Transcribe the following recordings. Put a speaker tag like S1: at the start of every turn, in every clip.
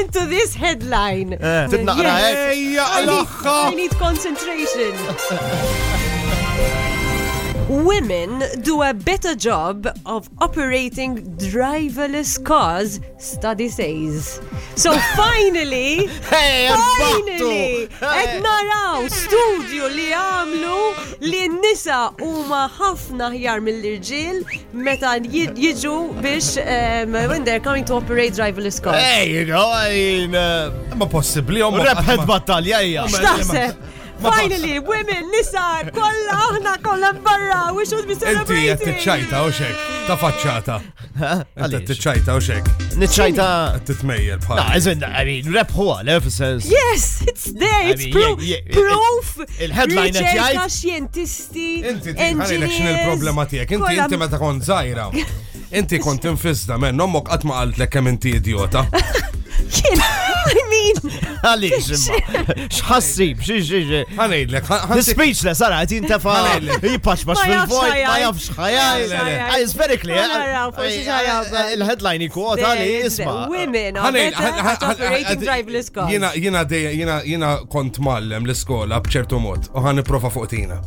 S1: into this headline. Uh,
S2: Tibnaqra hekk.
S3: Ejja,
S1: I need,
S3: l-aħħa.
S1: I need concentration. Women do a better job of operating driverless cars, study says. So finally,
S2: Hey, għal-battu!
S1: finally, et naraw studio li għamlu li n-nisa huma ħafna ħjar mill-irġiel meta jid- jiġu biex um, when they're coming to operate driverless cars.
S2: There you go, għajn.
S3: Ma possibli, jom.
S2: Rebħed battalja, hija.
S1: X'taħseb?
S3: Ma taħseb.
S1: Finally, women, nisa, kolla aħna, kolla barra, we should be
S3: Inti
S1: celebrating.
S3: qed tiċċajta u xek, ta' faċċata. Inti qed
S2: Għaliex?
S3: tiċċajta u xek,
S1: Ah.
S2: Nitċajta.
S3: qed titmejjel
S2: No,
S3: bħal.
S2: isn't I mean, rebħu għal, eh, f'sens.
S1: Yes, it's there, it's
S2: mean,
S1: proof,
S2: yeah, yeah,
S1: proof,
S2: il-headline qed jgħid.
S1: riċerka, xjentisti,
S3: Inti ħanilek xin il-problema tiegħek, inti
S1: kolla-
S3: inti meta kont żgħira. Inti kont infisda men, nommok qatt ma qalt kemm inti idjota.
S1: Kien, I mean,
S2: Għaliex, imma. X'ħassib, xi xi xi.
S3: Ħanejdlek, ħanejdlek.
S2: Speechless, ara, għet jintafa. Jipaxbax
S1: Ma jafx
S2: fil-vojt, ma
S1: ħajaj.
S2: jafx ħajaj.
S1: Ma jafx
S2: Ah, It's very clear.
S1: Ma naraw, forsi x'ħajaj.
S2: Ah, Il-headline jikwota li
S1: there is
S2: isma.
S1: the Women are better at operating driverless cars.
S3: Jina, jina, dej- jina, jina kont mallem l-iskola bċertu mod, u ħan niprofa fuq tina.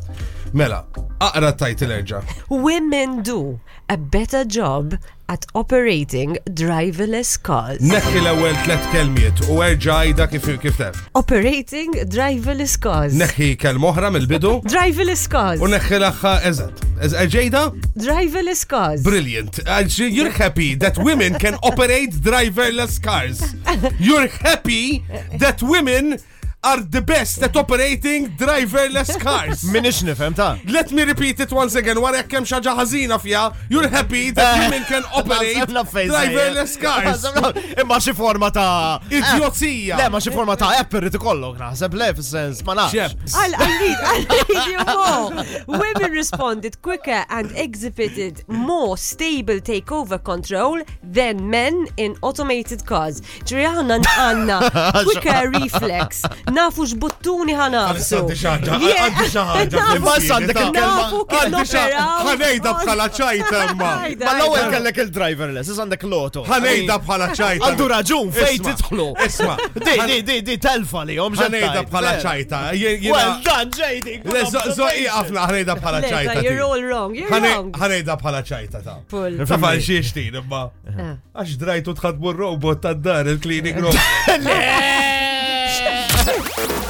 S3: Mela, aqra tajt l-erġa.
S1: Women do a better job at operating driverless cars.
S3: Nekki l-ewel tlet kelmiet u erġa għajda kif kif tef.
S1: Operating driverless cars.
S3: Neħi kelmoħra mill-bidu
S1: Driverless cars.
S3: u neħi l-axħa eżat. Ġejda?
S1: Driverless cars.
S3: Brilliant. Uh, You're happy that women can operate driverless cars. You're happy that women are the best at operating driverless cars.
S2: Minix nifem ta'
S3: Let me repeat it once again. Wara kemm xaġa ħażina fija, you're happy
S2: Eh.
S3: that women can operate
S2: Nasab l-affejn
S3: driverless
S2: sejjer.
S3: cars.
S2: Nasab l- Imma xi forma ta' Eh.
S3: Idiozija.
S2: Le, ma xi forma ta' app irrid ikollok naħseb le fis-sens ma nafx.
S3: Ġeb.
S1: I'll, I'll read, I'll read you more. Women responded quicker and exhibited more stable takeover control than men in automated cars. Ġri ħana għanna quicker reflex. Nafu x'buttuni ħanafsu.
S3: Għandi xaħġa,
S1: Yeah.
S3: għandi xaħġa.
S1: Nafu-
S2: Imma issa għandek il-kelma.
S1: Nafu kif
S3: Għandi xaħ-
S1: noperaw.
S3: ħanejda bħala ċajta, imma.
S1: Ħajda,
S2: Ma l-ewwel
S1: ħajda.
S2: kellek il-driverless, is għandek l-oto.
S3: ħanejda bħala ċajta.
S2: Għandu raġun fejn
S3: Isma,
S2: titħlu.
S3: Isma,
S2: Di, di, di, di, telfa li, jom
S3: ħanejda bħala ċajta. Jien- jiena-
S2: Well done, JD.
S3: Le, zo- zo- iqafna, ħanejda bħala
S1: Leza,
S3: ċajta.
S1: You're
S3: ti.
S1: all wrong. You're
S3: Ħane-
S1: wrong.
S3: ħanejda bħala ċajta ta.
S1: Full.
S3: Tafa xiex tin, imma.
S1: Ah.
S3: Għax drajtu tħadmu r-robot ta' dar il-klinik robot.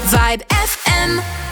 S4: Vibe FM.